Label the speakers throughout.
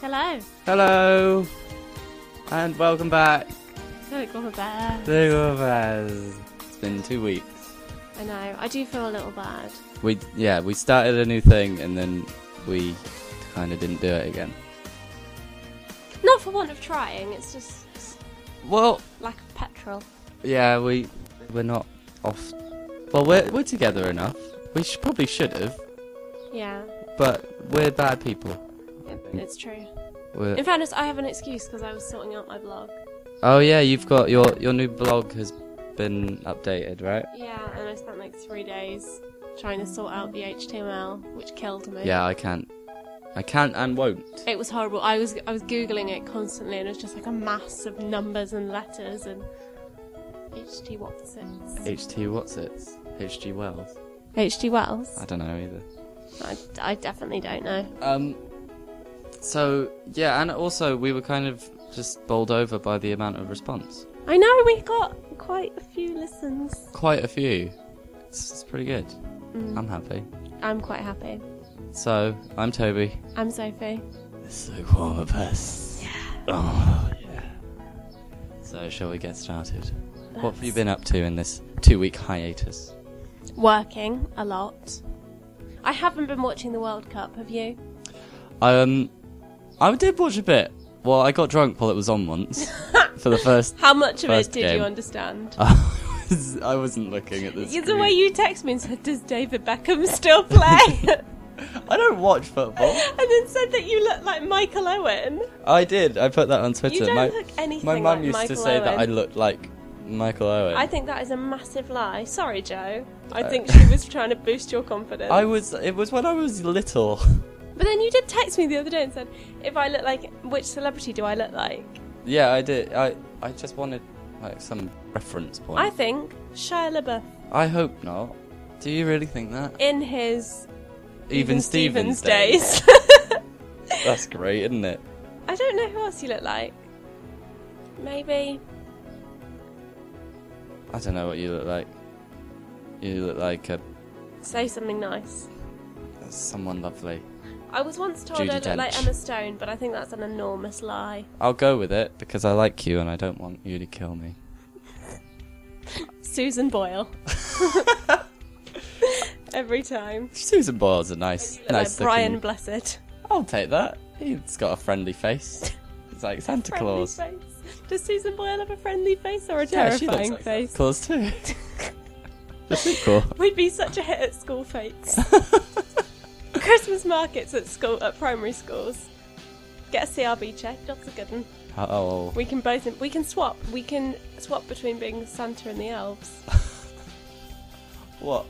Speaker 1: Hello.
Speaker 2: Hello, and welcome back
Speaker 1: Don't go there.
Speaker 2: to Overs. It's been two weeks.
Speaker 1: I know. I do feel a little bad.
Speaker 2: We yeah, we started a new thing and then we kind of didn't do it again.
Speaker 1: Not for want of trying. It's just it's
Speaker 2: Well,
Speaker 1: lack of petrol.
Speaker 2: yeah, we we're not off. Well, we're we're together enough. We sh probably should have,
Speaker 1: Yeah,
Speaker 2: but we're bad people.
Speaker 1: it, it's true.
Speaker 2: We're,
Speaker 1: In fairness, I have an excuse because I was sorting out my blog.
Speaker 2: oh yeah, you've got your your new blog has been updated, right?
Speaker 1: Yeah, and I spent like three days trying to sort out the HTML, which killed me.
Speaker 2: Yeah, I can't, I can't and won't.
Speaker 1: It was horrible. I was I was googling it constantly, and it was just like a mass of numbers and letters and HT what's it?
Speaker 2: HT what's it? HG Wells.
Speaker 1: HT Wells.
Speaker 2: I don't know either.
Speaker 1: I, I definitely don't know.
Speaker 2: Um. So yeah, and also we were kind of just bowled over by the amount of response.
Speaker 1: I know we got quite a few listens.
Speaker 2: Quite a few. It's, it's pretty good.
Speaker 1: Mm,
Speaker 2: I'm happy.
Speaker 1: I'm quite happy.
Speaker 2: So I'm Toby.
Speaker 1: I'm Sophie.
Speaker 2: So warm of us. Oh yeah. So shall we get started? What have you been up to in this two-week hiatus?
Speaker 1: Working a lot. I haven't been watching the World Cup, have you?
Speaker 2: Um, I did watch a bit. Well, I got drunk while it was on once for the first.
Speaker 1: How much of
Speaker 2: First
Speaker 1: it did
Speaker 2: game.
Speaker 1: you understand?
Speaker 2: I, was, I wasn't looking at this.
Speaker 1: It's the way you text me and said, Does David Beckham still play? and
Speaker 2: I don't watch football.
Speaker 1: then said that you look like Michael Owen.
Speaker 2: I did. I put that on Twitter.
Speaker 1: You don't
Speaker 2: my
Speaker 1: look anything
Speaker 2: my
Speaker 1: like
Speaker 2: mum used
Speaker 1: Michael
Speaker 2: to say that I
Speaker 1: Owen.
Speaker 2: looked like Michael Owen.
Speaker 1: I think that is a massive lie. Sorry, Joe. I
Speaker 2: Uh,
Speaker 1: think she was trying to boost your confidence.
Speaker 2: I was. It was when I was little.
Speaker 1: but then you did text me the other day and said, If I look like, which celebrity do I look like?
Speaker 2: yeah, I did. I I just wanted like some reference point.
Speaker 1: I think Shia LaBeouf
Speaker 2: I hope not. Do you really think that?
Speaker 1: in his
Speaker 2: Even Stevens days. That's great, isn't it?
Speaker 1: I don't know who else you look like. Maybe.
Speaker 2: I don't know what you look like. You look like uh, a
Speaker 1: Say something nice.
Speaker 2: someone lovely.
Speaker 1: I was once told
Speaker 2: Judi
Speaker 1: I look like
Speaker 2: Dench.
Speaker 1: Emma Stone, but I think that's an enormous lie.
Speaker 2: I'll go with it because I like you and I don't want you to kill me.
Speaker 1: Susan Boyle. Every time.
Speaker 2: Susan Boyle's a nice,
Speaker 1: You look
Speaker 2: nice
Speaker 1: like Brian
Speaker 2: looking.
Speaker 1: Blessed.
Speaker 2: I'll take that. He's got a friendly face. It's like Santa
Speaker 1: Friendly
Speaker 2: Claus.
Speaker 1: face. Does Susan Boyle have a friendly face or a
Speaker 2: Yeah, she
Speaker 1: terrifying
Speaker 2: looks like
Speaker 1: face?
Speaker 2: Claus too. the sequel.
Speaker 1: We'd be such a hit at school fates. Christmas markets at school at primary schools. Get a CRB check, that's a good one.
Speaker 2: Oh,
Speaker 1: We can both we can swap. We can swap between being Santa and the elves.
Speaker 2: what?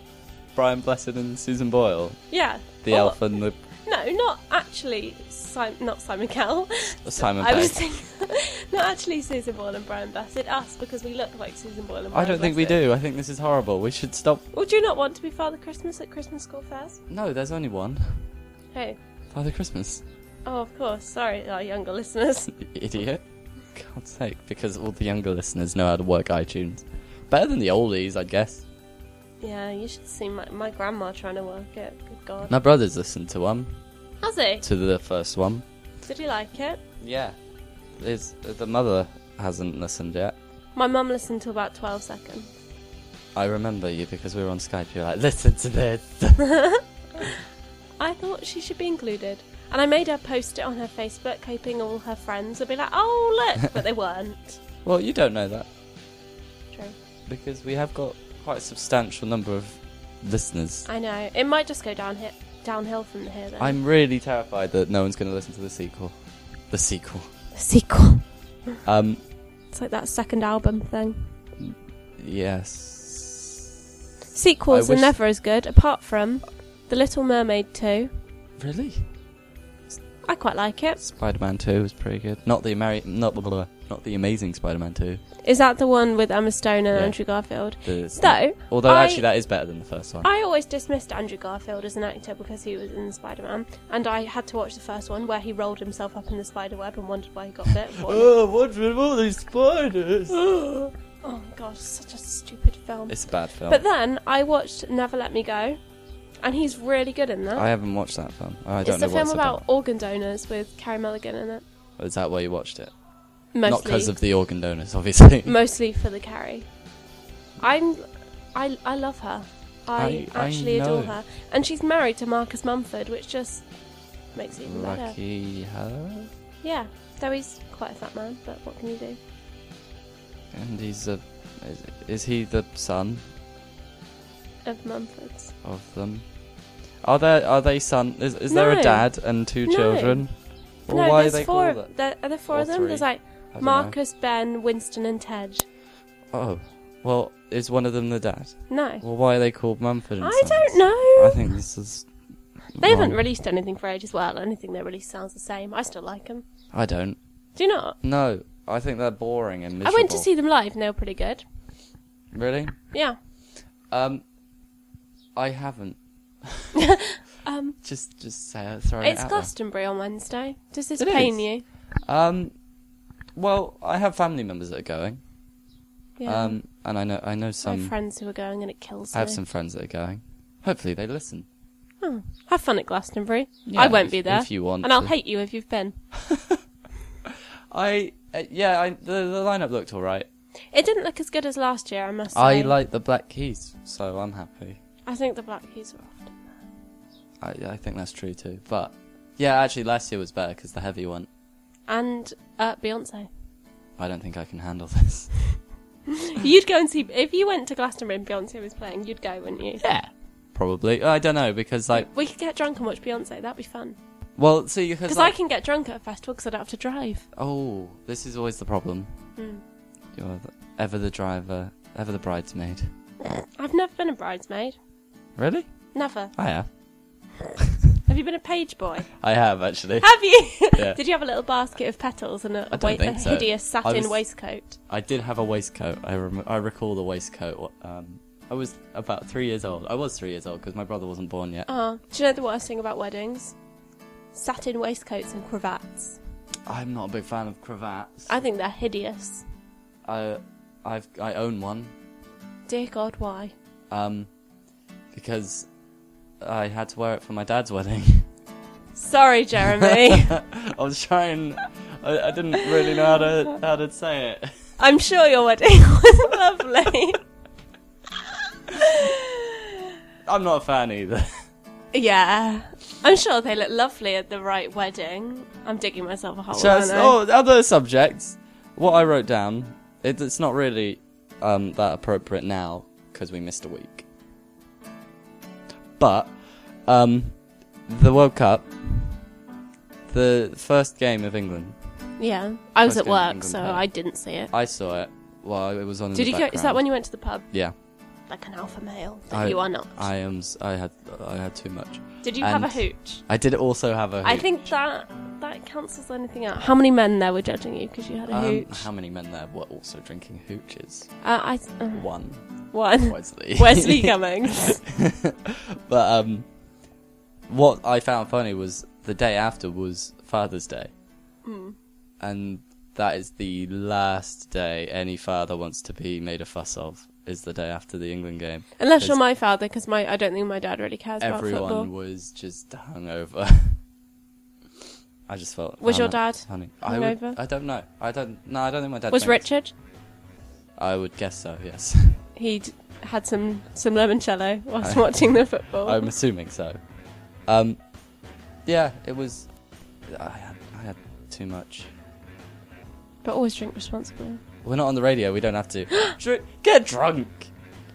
Speaker 2: Brian Blessed and Susan Boyle,
Speaker 1: Yeah.
Speaker 2: the
Speaker 1: Or-
Speaker 2: elf and the
Speaker 1: No, not actually. Sim- not Simon Cowell.
Speaker 2: Simon
Speaker 1: I was
Speaker 2: Pegg.
Speaker 1: thinking, not actually Susan Boyle and Brian Bassett. Us because we look like Susan Boyle and.
Speaker 2: I
Speaker 1: Brian
Speaker 2: don't think we
Speaker 1: Blessed.
Speaker 2: do. I think this is horrible. We should stop.
Speaker 1: Would you not want to be Father Christmas at Christmas school fairs?
Speaker 2: No, there's only one.
Speaker 1: Hey.
Speaker 2: Father Christmas.
Speaker 1: Oh, of course. Sorry, our younger listeners.
Speaker 2: You Idiot. God's sake, because all the younger listeners know how to work iTunes. Better than the oldies, I guess.
Speaker 1: Yeah, you should see my, my grandma trying to work it. Good God.
Speaker 2: My brother's listened to one,
Speaker 1: Has he?
Speaker 2: to the first one.
Speaker 1: Did he like it?
Speaker 2: Yeah. His, the mother hasn't listened yet.
Speaker 1: My mum listened to about twelve seconds.
Speaker 2: I remember you because we were on Skype. You were like, listen to this.
Speaker 1: I thought she should be included. And I made her post it on her Facebook, hoping all her friends would be like, oh, look! But they weren't.
Speaker 2: well, you don't know that
Speaker 1: True.
Speaker 2: because we have got quite a substantial number of listeners.
Speaker 1: I know. It might just go downhill, downhill from here, though.
Speaker 2: I'm really terrified that no one's going to listen to the sequel. The sequel.
Speaker 1: Sequel.
Speaker 2: Um,
Speaker 1: It's like that second album thing.
Speaker 2: yes.
Speaker 1: Sequels
Speaker 2: I
Speaker 1: are
Speaker 2: wish-
Speaker 1: never as good, apart from The Little Mermaid 2.
Speaker 2: Really?
Speaker 1: I quite like it.
Speaker 2: Spider-Man 2 was pretty good. Not the Ameri- not blah, blah, blah, not the Amazing Spider-Man 2.
Speaker 1: Is that the one with Emma Stone and
Speaker 2: Yeah.
Speaker 1: Andrew Garfield?
Speaker 2: The-
Speaker 1: Though,
Speaker 2: although
Speaker 1: I-
Speaker 2: actually that is better than the first one.
Speaker 1: I always dismissed Andrew Garfield as an actor because he was in Spider Man, and I had to watch the first one where he rolled himself up in the spider web and wondered why he got bit. and what-
Speaker 2: what's with Oh, all these spiders?
Speaker 1: oh my god, such a stupid film.
Speaker 2: It's a bad film.
Speaker 1: But then I watched Never Let Me Go, and he's really good in that.
Speaker 2: I haven't watched that film. I don't
Speaker 1: it's
Speaker 2: know
Speaker 1: the
Speaker 2: what
Speaker 1: film
Speaker 2: it's
Speaker 1: about,
Speaker 2: about.
Speaker 1: organ donors with Carrie Mulligan in it.
Speaker 2: Is that why you watched it?
Speaker 1: Mostly,
Speaker 2: Not because of the organ donors, obviously.
Speaker 1: mostly for the Carrie. I'm, I, I love her. I,
Speaker 2: I- I
Speaker 1: actually adore
Speaker 2: know.
Speaker 1: her, and she's married to Marcus Mumford, which just makes it even better.
Speaker 2: Lucky her.
Speaker 1: Yeah, though he's quite a fat man, but what can you do?
Speaker 2: And he's a. Is, is he the son
Speaker 1: Of Mumford's.
Speaker 2: of them? Are there are they son? Is, is there
Speaker 1: No.
Speaker 2: a dad and two
Speaker 1: No.
Speaker 2: children? Well,
Speaker 1: no,
Speaker 2: why are
Speaker 1: there's
Speaker 2: they
Speaker 1: four.
Speaker 2: called
Speaker 1: Of, there, are there four
Speaker 2: Or
Speaker 1: of them?
Speaker 2: three.
Speaker 1: There's like
Speaker 2: that? I don't know.
Speaker 1: Marcus, Ben, Winston, and Ted.
Speaker 2: Oh, well, is one of them the dad?
Speaker 1: No,
Speaker 2: Well, why are they called Mumford and
Speaker 1: I don't
Speaker 2: Sons?
Speaker 1: know.
Speaker 2: I think this is.
Speaker 1: They haven't
Speaker 2: wrong.
Speaker 1: released anything for ages. Well, anything they release sounds the same. I still like them.
Speaker 2: I don't.
Speaker 1: Do you not?
Speaker 2: No, I think they're boring and miserable.
Speaker 1: I went to see them live and they were pretty good.
Speaker 2: Really?
Speaker 1: Yeah.
Speaker 2: Um, I haven't.
Speaker 1: Um,
Speaker 2: Just, just say it, throw
Speaker 1: it's
Speaker 2: it out
Speaker 1: Glastonbury on Wednesday. Does this
Speaker 2: It
Speaker 1: pain
Speaker 2: is.
Speaker 1: you?
Speaker 2: there. Um, well, I have family members that are going.
Speaker 1: Yeah.
Speaker 2: Um, and I know, I
Speaker 1: I
Speaker 2: know
Speaker 1: have
Speaker 2: some.
Speaker 1: friends who are going and it kills
Speaker 2: I have
Speaker 1: me.
Speaker 2: some friends that are going. Hopefully, they listen.
Speaker 1: Oh, have fun at Glastonbury.
Speaker 2: Yeah,
Speaker 1: I won't
Speaker 2: if-
Speaker 1: be there.
Speaker 2: if you want
Speaker 1: And I'll
Speaker 2: to.
Speaker 1: hate you if you've been.
Speaker 2: I, uh, yeah, I, the, the lineup looked all right.
Speaker 1: It didn't look as good as last year, I must say.
Speaker 2: I like the Black Keys, so I'm happy.
Speaker 1: I think the Black Keys were off.
Speaker 2: I, I think that's true too. But yeah, actually, last year was better because the heavy one.
Speaker 1: And uh, Beyonce.
Speaker 2: I don't think I can handle this.
Speaker 1: you'd go and see if you went to Glastonbury and Beyonce was playing, you'd go, wouldn't you?
Speaker 2: Yeah. Probably. I don't know because like,
Speaker 1: We could get drunk and watch Beyonce. That'd be fun.
Speaker 2: well, see, because
Speaker 1: Because I
Speaker 2: like,
Speaker 1: can get drunk at a festival because I don't have to drive.
Speaker 2: oh, this is always the problem.
Speaker 1: Mm.
Speaker 2: You're the, ever the driver, ever the bridesmaid.
Speaker 1: I've never been a bridesmaid.
Speaker 2: Really?
Speaker 1: Never.
Speaker 2: I have.
Speaker 1: Have you been a page boy?
Speaker 2: I have actually.
Speaker 1: Have you?
Speaker 2: Yeah.
Speaker 1: Did you have a little basket of petals and a,
Speaker 2: I
Speaker 1: a,
Speaker 2: don't
Speaker 1: wa- a
Speaker 2: think so.
Speaker 1: hideous satin
Speaker 2: was-
Speaker 1: waistcoat?
Speaker 2: I did have a waistcoat. I rem- I recall the waistcoat. Um, I was about three years old. I was three years old because my brother wasn't born yet.
Speaker 1: Oh, do you know the worst thing about weddings? Satin waistcoats and cravats.
Speaker 2: I'm not a big fan of cravats.
Speaker 1: I think they're hideous.
Speaker 2: I, I've I own one.
Speaker 1: Dear God, why?
Speaker 2: Um, because I had to wear it for my dad's wedding.
Speaker 1: Sorry, Jeremy.
Speaker 2: I was trying. I, I didn't really know how to how to say it.
Speaker 1: I'm sure your wedding was lovely.
Speaker 2: I'm not a fan either.
Speaker 1: yeah. I'm sure they look lovely at the right wedding. I'm digging myself a hole.
Speaker 2: Just
Speaker 1: aren't I?
Speaker 2: oh, other subjects. What I wrote down. It, it's not really um, that appropriate now because we missed a week. But um, the World Cup, the first game of England,
Speaker 1: Yeah, I was
Speaker 2: First
Speaker 1: at
Speaker 2: game
Speaker 1: work,
Speaker 2: England
Speaker 1: so
Speaker 2: played.
Speaker 1: I didn't see it.
Speaker 2: I saw it while it was on. in
Speaker 1: Did
Speaker 2: the
Speaker 1: you go? Is that
Speaker 2: background.
Speaker 1: when you went to the pub?
Speaker 2: Yeah,
Speaker 1: Like an alpha male, but
Speaker 2: I-
Speaker 1: you are not.
Speaker 2: I am. s- I had. I had too much.
Speaker 1: Did you have a
Speaker 2: and-
Speaker 1: hooch?
Speaker 2: I did also have a.
Speaker 1: I
Speaker 2: hoot.
Speaker 1: think that that cancels anything out. How many men there were judging you because you had a
Speaker 2: Um,
Speaker 1: hooch?
Speaker 2: how many men there were also drinking hooches?
Speaker 1: uh, I uh,
Speaker 2: One.
Speaker 1: one.
Speaker 2: Wesley.
Speaker 1: Wesley Cummings.
Speaker 2: but um, what I found funny was the day after was Father's Day,
Speaker 1: Hmm.
Speaker 2: and that is the last day any father wants to be made a fuss of. Is the day after the England game.
Speaker 1: Unless you're my father, because my I don't think my dad really cares about
Speaker 2: Everyone
Speaker 1: football.
Speaker 2: was just hungover. I just felt.
Speaker 1: Was
Speaker 2: "Oh,
Speaker 1: your
Speaker 2: no,
Speaker 1: dad
Speaker 2: honey, I, would-
Speaker 1: hungover?
Speaker 2: I don't know. I don't. No, I don't think my dad
Speaker 1: Was
Speaker 2: drinks.
Speaker 1: Richard?
Speaker 2: I would guess so. Yes.
Speaker 1: He'd had some some limoncello whilst watching the football.
Speaker 2: I'm assuming so. Um, yeah, it was. I had, I had too much.
Speaker 1: But always drink responsibly.
Speaker 2: We're not on the radio. We don't have to. Dr- get drunk.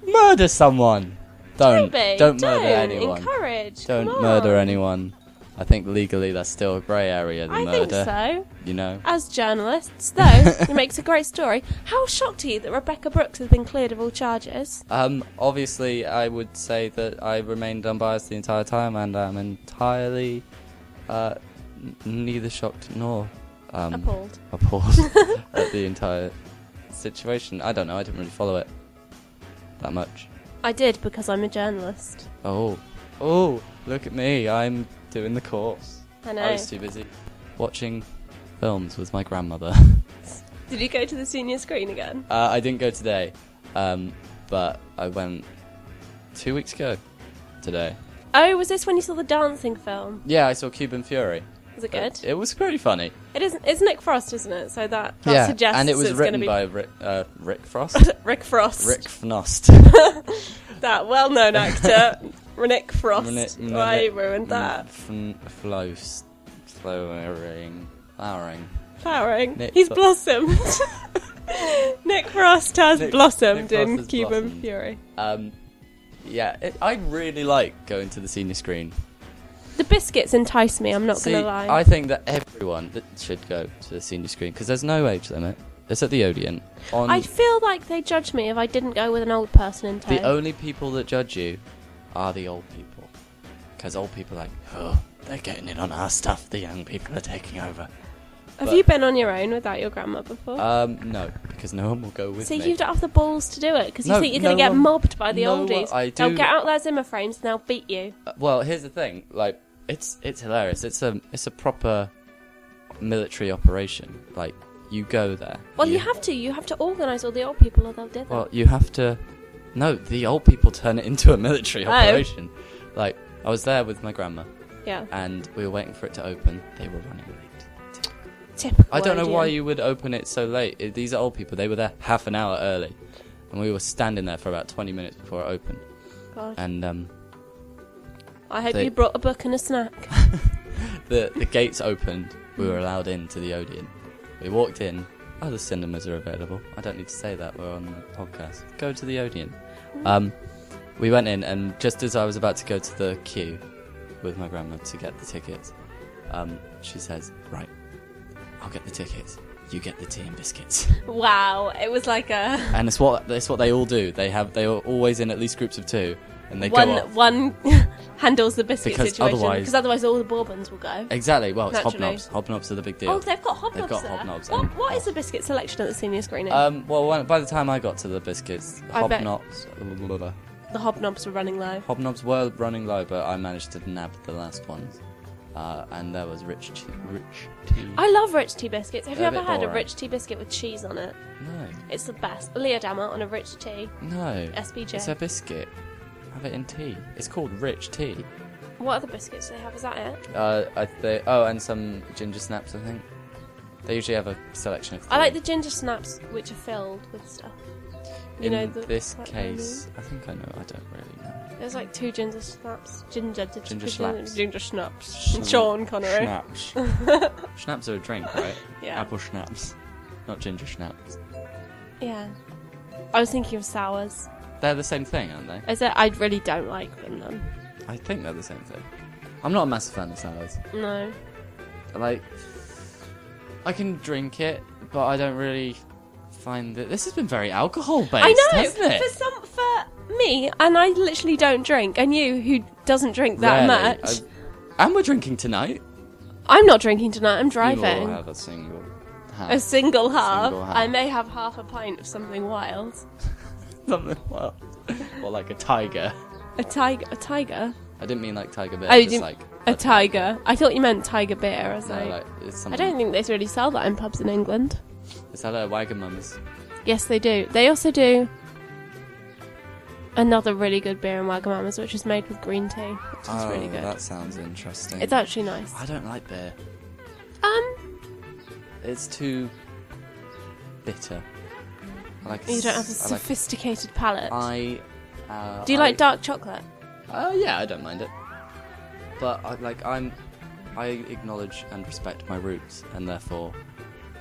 Speaker 2: Murder someone. Don't.
Speaker 1: Babe,
Speaker 2: Don't murder anyone.
Speaker 1: Encourage.
Speaker 2: don't
Speaker 1: come
Speaker 2: murder
Speaker 1: on.
Speaker 2: anyone. I think legally that's still a grey area. The
Speaker 1: I
Speaker 2: murder.
Speaker 1: think so.
Speaker 2: You know.
Speaker 1: As journalists, though, it makes a great story. How shocked are you that Rebecca Brooks has been cleared of all charges?
Speaker 2: Um, obviously, I would say that I remained unbiased the entire time, and I'm entirely uh, n- neither shocked nor um,
Speaker 1: Appalled.
Speaker 2: appalled at the entire situation. I don't know. I didn't really follow it that much.
Speaker 1: I did because I'm a journalist.
Speaker 2: Oh, oh, look at me! I'm doing the course.
Speaker 1: I know.
Speaker 2: I was too busy watching films with my grandmother.
Speaker 1: Did you go to the senior screen again?
Speaker 2: uh, I didn't go today, um, but I went two weeks ago. Today.
Speaker 1: Oh, was this when you saw the dancing film?
Speaker 2: Yeah, I saw Cuban Fury.
Speaker 1: Was it good?
Speaker 2: It, it was pretty funny.
Speaker 1: It is. It's Nick Frost, isn't it? So that, that suggests
Speaker 2: and it was
Speaker 1: it's
Speaker 2: written
Speaker 1: going to be
Speaker 2: by Rick, uh, Rick Frost.
Speaker 1: Rick Frost,
Speaker 2: Rick Frost.
Speaker 1: that well-known actor. Nick Frost.
Speaker 2: Minute- minute-
Speaker 1: Why you ruined that?
Speaker 2: Fn- Flows. Flowering. Flowering.
Speaker 1: Flowering.
Speaker 2: Mm. Nick
Speaker 1: He's
Speaker 2: Fro-
Speaker 1: blossomed. Nick Frost has
Speaker 2: Nick- Nick
Speaker 1: blossomed
Speaker 2: Frost
Speaker 1: in
Speaker 2: has
Speaker 1: Cuban
Speaker 2: blossomed.
Speaker 1: Fury.
Speaker 2: Um, yeah, it, I really like going to the senior screen.
Speaker 1: The biscuits entice me. I'm not
Speaker 2: See,
Speaker 1: gonna lie.
Speaker 2: I think that everyone that should go to the senior screen because there's no age limit. It's at the Odeon. On
Speaker 1: I feel like they judge me if I didn't go with an old person in tow.
Speaker 2: the only people that judge you are the old people, because old people are like, oh, they're getting in on our stuff. The young people are taking over.
Speaker 1: Have
Speaker 2: but-
Speaker 1: you been on your own without your grandma before?
Speaker 2: Um, no, because no one will go with
Speaker 1: See,
Speaker 2: me.
Speaker 1: you don't have the balls to do it because you
Speaker 2: No,
Speaker 1: think you're
Speaker 2: no
Speaker 1: going to get
Speaker 2: one-
Speaker 1: mobbed by the
Speaker 2: no one-
Speaker 1: oldies.
Speaker 2: I
Speaker 1: They'll
Speaker 2: do-
Speaker 1: get out their Zimmer frames and they'll beat you.
Speaker 2: Uh, Well, here's the thing. Like, it's it's hilarious. It's a it's a proper military operation. Like, you go there.
Speaker 1: Well, you have to. You have to organise all the old people or they'll do that.
Speaker 2: Well, you have to. No, the old people turn it into a military
Speaker 1: Oh.
Speaker 2: operation. Like, I was there with my grandma,
Speaker 1: yeah.
Speaker 2: and we were waiting for it to open. They were running late.
Speaker 1: Typical.
Speaker 2: I don't know
Speaker 1: idea.
Speaker 2: why you would open it so late. Uh, These are old people. They were there half an hour early, and we were standing there for about twenty minutes before it opened.
Speaker 1: God.
Speaker 2: And um,
Speaker 1: I hope
Speaker 2: they-
Speaker 1: you brought a book and a snack.
Speaker 2: the the gates opened. We were allowed into the Odeon. We walked in. Other cinemas are available. I don't need to say that. We're on the podcast. Go to the Odeon. Um, we went in, and just as I was about to go to the queue with my grandma to get the tickets, um, she says, "Right, I'll get the tickets. You get the tea and biscuits."
Speaker 1: wow, it was like a
Speaker 2: and it's what it's what they all do. They have they are always in at least groups of two, and they
Speaker 1: one
Speaker 2: go off.
Speaker 1: one handles the biscuit
Speaker 2: Because
Speaker 1: situation
Speaker 2: otherwise-
Speaker 1: because otherwise all the Bourbons will go.
Speaker 2: Exactly. Well, it's
Speaker 1: Naturally.
Speaker 2: hobnobs. Hobnobs are the big deal.
Speaker 1: Oh, they've got hobnobs.
Speaker 2: They've got
Speaker 1: there.
Speaker 2: hobnobs
Speaker 1: What,
Speaker 2: and-
Speaker 1: what is the biscuit selection at the senior screening?
Speaker 2: Um, well, when, by the time I got to the biscuits,
Speaker 1: I bet-
Speaker 2: hobnobs, blah, blah, blah.
Speaker 1: the hobnobs were running low.
Speaker 2: hobnobs were running low, but I managed to nab the last ones. Uh, and there was rich tea. Rich tea.
Speaker 1: I love rich tea biscuits. Have you
Speaker 2: They're a
Speaker 1: ever
Speaker 2: bit
Speaker 1: had a
Speaker 2: boring.
Speaker 1: rich tea biscuit with cheese on it?
Speaker 2: No,
Speaker 1: It's the best. Leodama on a rich tea.
Speaker 2: no.
Speaker 1: SBJ.
Speaker 2: It's a biscuit. Have it in tea. It's called rich tea.
Speaker 1: What other biscuits do they have? Is that it?
Speaker 2: Uh, I th- oh, and some ginger snaps, I think. They usually have a selection of.
Speaker 1: I like
Speaker 2: three.
Speaker 1: the ginger snaps, which are filled with stuff. You
Speaker 2: in
Speaker 1: know, the,
Speaker 2: this
Speaker 1: what I mean?
Speaker 2: case, I think I know. I don't really know.
Speaker 1: there's like two ginger snaps, ginger,
Speaker 2: Ginger slaps.
Speaker 1: ginger snaps, and Sean Connery.
Speaker 2: Schnapps. schnapps are a drink, right?
Speaker 1: Yeah.
Speaker 2: Apple schnapps, not ginger schnapps.
Speaker 1: Yeah, I was thinking of sours.
Speaker 2: They're the same thing, aren't they?
Speaker 1: I said I really don't like them. Then.
Speaker 2: I think they're the same thing. I'm not a massive fan of sours.
Speaker 1: No,
Speaker 2: Like, I can drink it, but I don't really find that. This has been very alcohol based,
Speaker 1: I know
Speaker 2: hasn't it?
Speaker 1: for some for me, and I literally don't drink, and you who doesn't drink that
Speaker 2: Rarely.
Speaker 1: much.
Speaker 2: I- and we're drinking tonight.
Speaker 1: I'm not drinking tonight. I'm
Speaker 2: You all
Speaker 1: driving.
Speaker 2: have a single. Half.
Speaker 1: A single half.
Speaker 2: Single half.
Speaker 1: I may have half a pint of something wild.
Speaker 2: Something. Well, well, like a tiger.
Speaker 1: A tiger. A tiger.
Speaker 2: I didn't mean like tiger bear.
Speaker 1: Oh, you
Speaker 2: just
Speaker 1: didn't-
Speaker 2: like
Speaker 1: A tiger. I thought you meant tiger beer. I was
Speaker 2: No,
Speaker 1: like,
Speaker 2: like it's something.
Speaker 1: I don't think they really sell that in pubs in England.
Speaker 2: Is that a Wagamama's?
Speaker 1: Yes, they do. They also do another really good beer in Wagamama's, which is made with green tea, which is really good.
Speaker 2: Oh, That sounds interesting.
Speaker 1: It's actually nice.
Speaker 2: I don't like beer.
Speaker 1: Um,
Speaker 2: It's too bitter. I like.
Speaker 1: you don't have a
Speaker 2: s- I like-
Speaker 1: sophisticated palate.
Speaker 2: I. Uh,
Speaker 1: do you
Speaker 2: I-
Speaker 1: like dark chocolate?
Speaker 2: Uh, yeah, I don't mind it. But I, like I'm, I acknowledge and respect my roots, and therefore,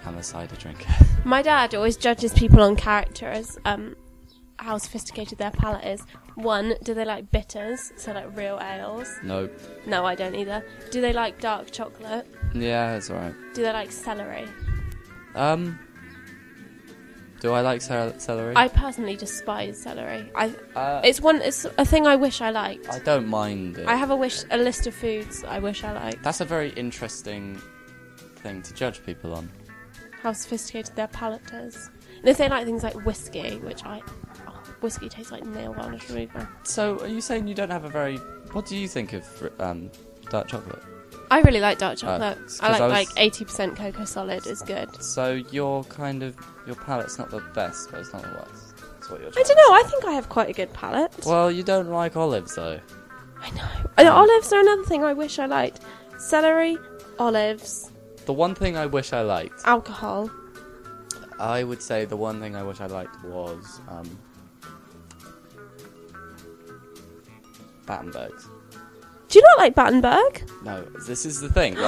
Speaker 2: I'm a cider drinker.
Speaker 1: My dad always judges people on character as um, how sophisticated their palate is. One, do they like bitters, so like real ales?
Speaker 2: no.
Speaker 1: No, I don't either. Do they like dark chocolate?
Speaker 2: Yeah, it's alright.
Speaker 1: Do they like celery?
Speaker 2: Um. Do I like cel- celery?
Speaker 1: I personally despise celery. I
Speaker 2: Uh,
Speaker 1: it's one it's a thing I wish I liked.
Speaker 2: I don't mind it.
Speaker 1: I have a wish a list of foods I wish I liked.
Speaker 2: That's a very interesting thing to judge people on.
Speaker 1: How sophisticated their palate is. And if they like things like whiskey, which I oh, whiskey tastes like nail varnish remover.
Speaker 2: So, are you saying you don't have a very? What do you think of um, dark chocolate?
Speaker 1: I really like dark chocolate.
Speaker 2: Uh, it's
Speaker 1: I
Speaker 2: 'cause
Speaker 1: like
Speaker 2: I was-
Speaker 1: like eighty percent cocoa solid is good.
Speaker 2: So your kind of your palate's not the best, but it's not the worst. That's what you're.
Speaker 1: I
Speaker 2: trying
Speaker 1: don't know. I think I have quite a good palate.
Speaker 2: Well, you don't like olives though.
Speaker 1: I know. And olives are another thing I wish I liked. Celery, olives,
Speaker 2: The one thing I wish I liked,
Speaker 1: alcohol.
Speaker 2: I would say the one thing I wish I liked was um, Battenbergs.
Speaker 1: Do you not like Battenberg?
Speaker 2: No, this is the thing.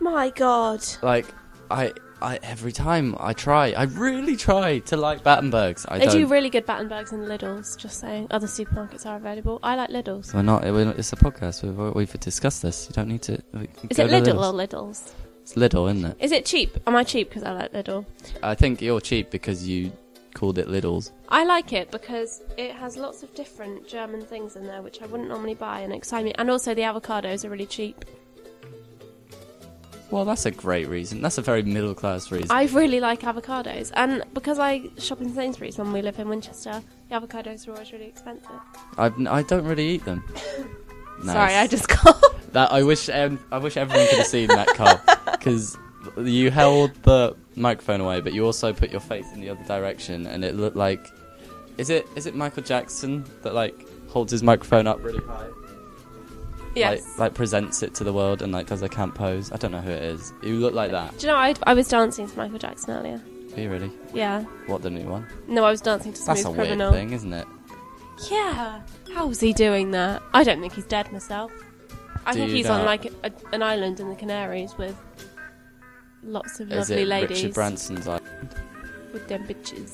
Speaker 2: Like,
Speaker 1: My god.
Speaker 2: like I, I every time I try, I really try to like Battenbergs. I
Speaker 1: They
Speaker 2: don't.
Speaker 1: do really good Battenbergs and Lidl's, just saying. Other supermarkets are available. I like Lidl's.
Speaker 2: we're not. We're not- it's a podcast. We've, we've discussed this. You don't need to. we can
Speaker 1: Is
Speaker 2: go
Speaker 1: it
Speaker 2: to
Speaker 1: Lidl
Speaker 2: Lidl's.
Speaker 1: or Lidl's?
Speaker 2: It's Lidl, isn't it?
Speaker 1: Is it cheap? Am I cheap because I like Lidl?
Speaker 2: I think you're cheap because you called it Lidl's.
Speaker 1: I like it because it has lots of different German things in there which I wouldn't normally buy and excite me. And also the avocados are really cheap.
Speaker 2: Well, that's a great reason. That's a very middle class reason.
Speaker 1: I really like avocados, and because I shop in Sainsbury's when we live in Winchester, the avocados are always really expensive.
Speaker 2: I've, n- I don't really eat them. No,
Speaker 1: Sorry, I just can't.
Speaker 2: That I wish um, I wish everyone could have seen that car because you held the microphone away, but you also put your face in the other direction, and it looked like is it is it Michael Jackson that like holds his microphone up really high,
Speaker 1: Yes.
Speaker 2: like, like presents it to the world and like does a camp pose. I don't know who it is. You look like that.
Speaker 1: Do you know I, I was dancing to Michael Jackson earlier?
Speaker 2: Are you really?
Speaker 1: Yeah.
Speaker 2: What the new one?
Speaker 1: No, I was dancing to Smooth
Speaker 2: That's a
Speaker 1: Criminal.
Speaker 2: weird thing, isn't it?
Speaker 1: Yeah. How was he doing that? I don't think he's dead myself. I
Speaker 2: Do
Speaker 1: think
Speaker 2: you
Speaker 1: he's on
Speaker 2: not?
Speaker 1: like a, an island in the Canaries with lots of
Speaker 2: Is
Speaker 1: lovely
Speaker 2: it
Speaker 1: ladies
Speaker 2: Richard Branson's? I
Speaker 1: with them bitches.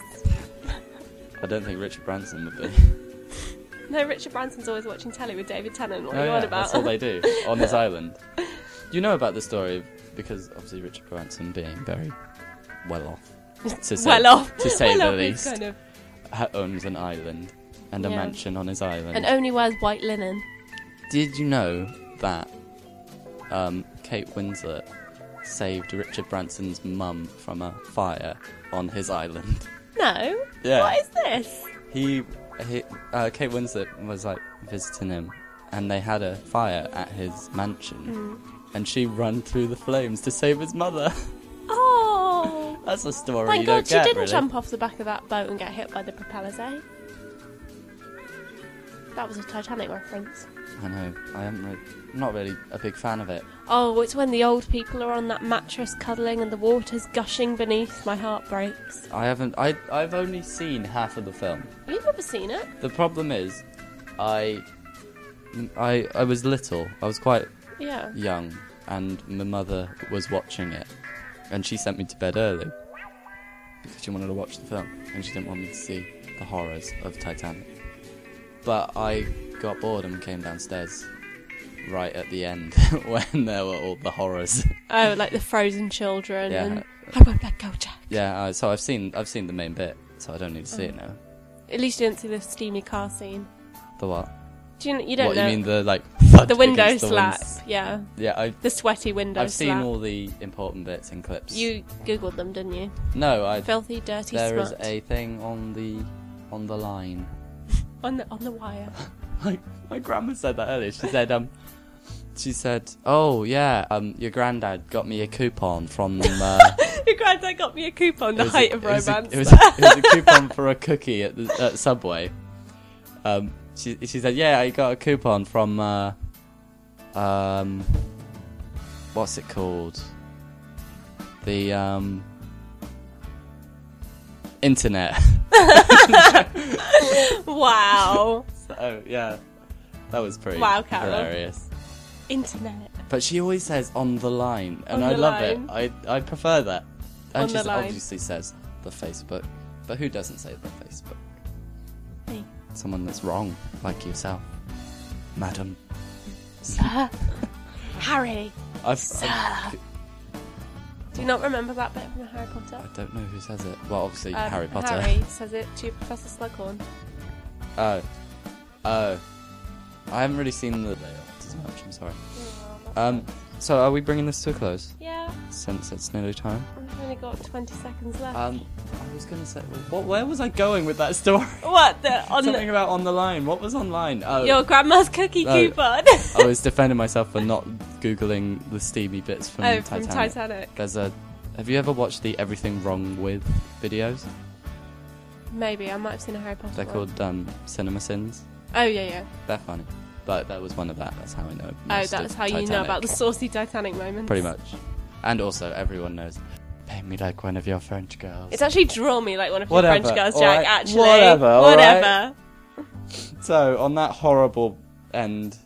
Speaker 2: I don't think Richard Branson would be.
Speaker 1: No, Richard Branson's always watching telly with David Tennant. What
Speaker 2: Oh,
Speaker 1: are you
Speaker 2: yeah,
Speaker 1: on about?
Speaker 2: That's all they do on this island. You know about the story because obviously Richard Branson being very well off. To say,
Speaker 1: well off.
Speaker 2: To say
Speaker 1: well
Speaker 2: the
Speaker 1: off is
Speaker 2: least.
Speaker 1: Kind of.
Speaker 2: ha- owns an island and a
Speaker 1: Yeah.
Speaker 2: mansion on his island.
Speaker 1: And only wears white linen.
Speaker 2: Did you know that um, Kate Winslet saved Richard Branson's mum from a fire on his island?
Speaker 1: No.
Speaker 2: Yeah.
Speaker 1: What is this?
Speaker 2: he, he uh, Kate Winslet was like visiting him, and they had a fire at his mansion,
Speaker 1: Mm.
Speaker 2: and she ran through the flames to save his mother.
Speaker 1: Oh.
Speaker 2: That's a story
Speaker 1: Thank
Speaker 2: you
Speaker 1: God
Speaker 2: don't
Speaker 1: she
Speaker 2: get
Speaker 1: didn't
Speaker 2: really.
Speaker 1: jump off the back of that boat and get hit by the propellers, eh? That was a Titanic reference.
Speaker 2: I know. I am re- not really a big fan of it.
Speaker 1: Oh, it's when the old people are on that mattress cuddling and the water's gushing beneath. My heart breaks.
Speaker 2: I haven't. I I've only seen half of the film.
Speaker 1: You've never seen it?
Speaker 2: The problem is, I, I I was little. I was quite
Speaker 1: Yeah.
Speaker 2: young, and my mother was watching it, and she sent me to bed early because she wanted to watch the film, and she didn't want me to see the horrors of Titanic. But I got bored and came downstairs right at the end when there were all the horrors.
Speaker 1: Oh, like the frozen children.
Speaker 2: Yeah.
Speaker 1: And I won't let go, Jack.
Speaker 2: yeah, uh, so I've seen I've seen the main bit, so I don't need to see it
Speaker 1: Mm.
Speaker 2: now.
Speaker 1: At least you didn't see the steamy car scene.
Speaker 2: The what?
Speaker 1: Do you, you don't
Speaker 2: what
Speaker 1: know.
Speaker 2: you mean the like thud
Speaker 1: the window
Speaker 2: against the
Speaker 1: slap.
Speaker 2: winds?
Speaker 1: Yeah.
Speaker 2: Yeah, I've
Speaker 1: The sweaty window
Speaker 2: I've
Speaker 1: slap.
Speaker 2: seen all the important bits and clips.
Speaker 1: You googled them, didn't you?
Speaker 2: no, I
Speaker 1: Filthy, dirty
Speaker 2: There is
Speaker 1: smut.
Speaker 2: a thing on the on the line.
Speaker 1: On the on the wire.
Speaker 2: My my grandma said that earlier. She said um she said, "Oh yeah, um your granddad got me a coupon from uh,
Speaker 1: Your granddad got me a coupon,
Speaker 2: it
Speaker 1: the
Speaker 2: was
Speaker 1: height
Speaker 2: a-
Speaker 1: of
Speaker 2: it was a-
Speaker 1: romance.
Speaker 2: It was, a, it was a coupon for a cookie at the at Subway. Um she she said, "Yeah, I got a coupon from uh um what's it called? The um internet."
Speaker 1: wow.
Speaker 2: So yeah, that was pretty
Speaker 1: Wow, Carol.
Speaker 2: hilarious.
Speaker 1: Internet.
Speaker 2: But she always says on the line, and
Speaker 1: On
Speaker 2: I
Speaker 1: the
Speaker 2: love
Speaker 1: line.
Speaker 2: it. I I prefer that. And
Speaker 1: On
Speaker 2: she
Speaker 1: the
Speaker 2: s-
Speaker 1: line.
Speaker 2: obviously says the Facebook, but who doesn't say the Facebook?
Speaker 1: Me.
Speaker 2: Someone that's wrong, like yourself, madam.
Speaker 1: Sir. Harry.
Speaker 2: I've,
Speaker 1: Sir.
Speaker 2: I,
Speaker 1: Do you not remember that bit from Harry Potter?
Speaker 2: I don't know who says it. Well, obviously
Speaker 1: Um,
Speaker 2: Harry Potter.
Speaker 1: Harry says it to Professor Slughorn.
Speaker 2: Oh, oh, I haven't really seen the as much. I'm sorry. Um, so are we bringing this to a close
Speaker 1: Yeah,
Speaker 2: since it's nearly time?
Speaker 1: we've only got 20 seconds left.
Speaker 2: Um, I was gonna say, what? Where was I going with that story?
Speaker 1: what? The, on
Speaker 2: Something
Speaker 1: the,
Speaker 2: about on the line. What was on line? Oh,
Speaker 1: your grandma's cookie
Speaker 2: No.
Speaker 1: coupon?
Speaker 2: I was defending myself for not googling the steamy bits from,
Speaker 1: oh,
Speaker 2: Titanic.
Speaker 1: from Titanic.
Speaker 2: There's a. Have you ever watched the Everything Wrong with videos?
Speaker 1: Maybe, I might have seen a Harry Potter
Speaker 2: They're
Speaker 1: one.
Speaker 2: called um, Cinema Sins.
Speaker 1: Oh, yeah, yeah.
Speaker 2: They're funny. But that was one of that. That's how I know.
Speaker 1: Oh,
Speaker 2: most of
Speaker 1: that's how you know
Speaker 2: Titanic.
Speaker 1: about the saucy Titanic moments.
Speaker 2: Pretty much. And also, everyone knows. Paint me like one of your French girls.
Speaker 1: It's actually draw me like one of your
Speaker 2: Whatever,
Speaker 1: French girls, Jack.
Speaker 2: alright.
Speaker 1: Actually,
Speaker 2: Whatever, alright.
Speaker 1: Whatever.
Speaker 2: so, on that horrible end,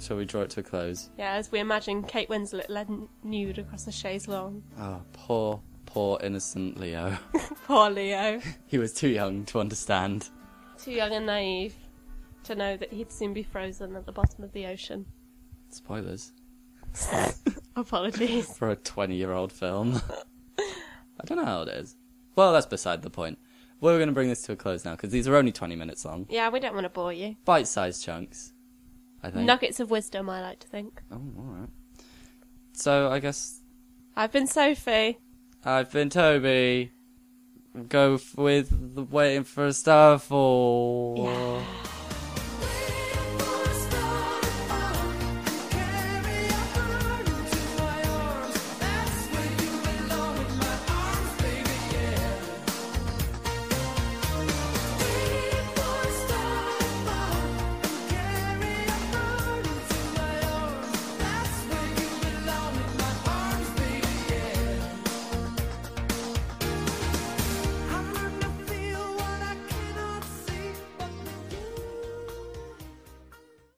Speaker 2: shall we draw it to a close?
Speaker 1: Yeah, as we imagine Kate Winslet led n- nude across the chaise long.
Speaker 2: Oh, poor, poor innocent Leo.
Speaker 1: Poor Leo,
Speaker 2: he was too young to understand.
Speaker 1: too young and naive to know that he'd soon be frozen at the bottom of the ocean.
Speaker 2: Spoilers
Speaker 1: Apologies.
Speaker 2: for a 20 year old film. I don't know how it is. Well, that's beside the point. We're going to bring this to a close now because these are only 20 minutes long.
Speaker 1: Yeah, we don't want to bore you.
Speaker 2: Bite sized chunks, I think.
Speaker 1: Nuggets of wisdom, I like to think.
Speaker 2: Oh, alright. So, I guess
Speaker 1: I've been Sophie.
Speaker 2: I've been Toby. Go f- with the waiting for a starfall.
Speaker 1: Yeah.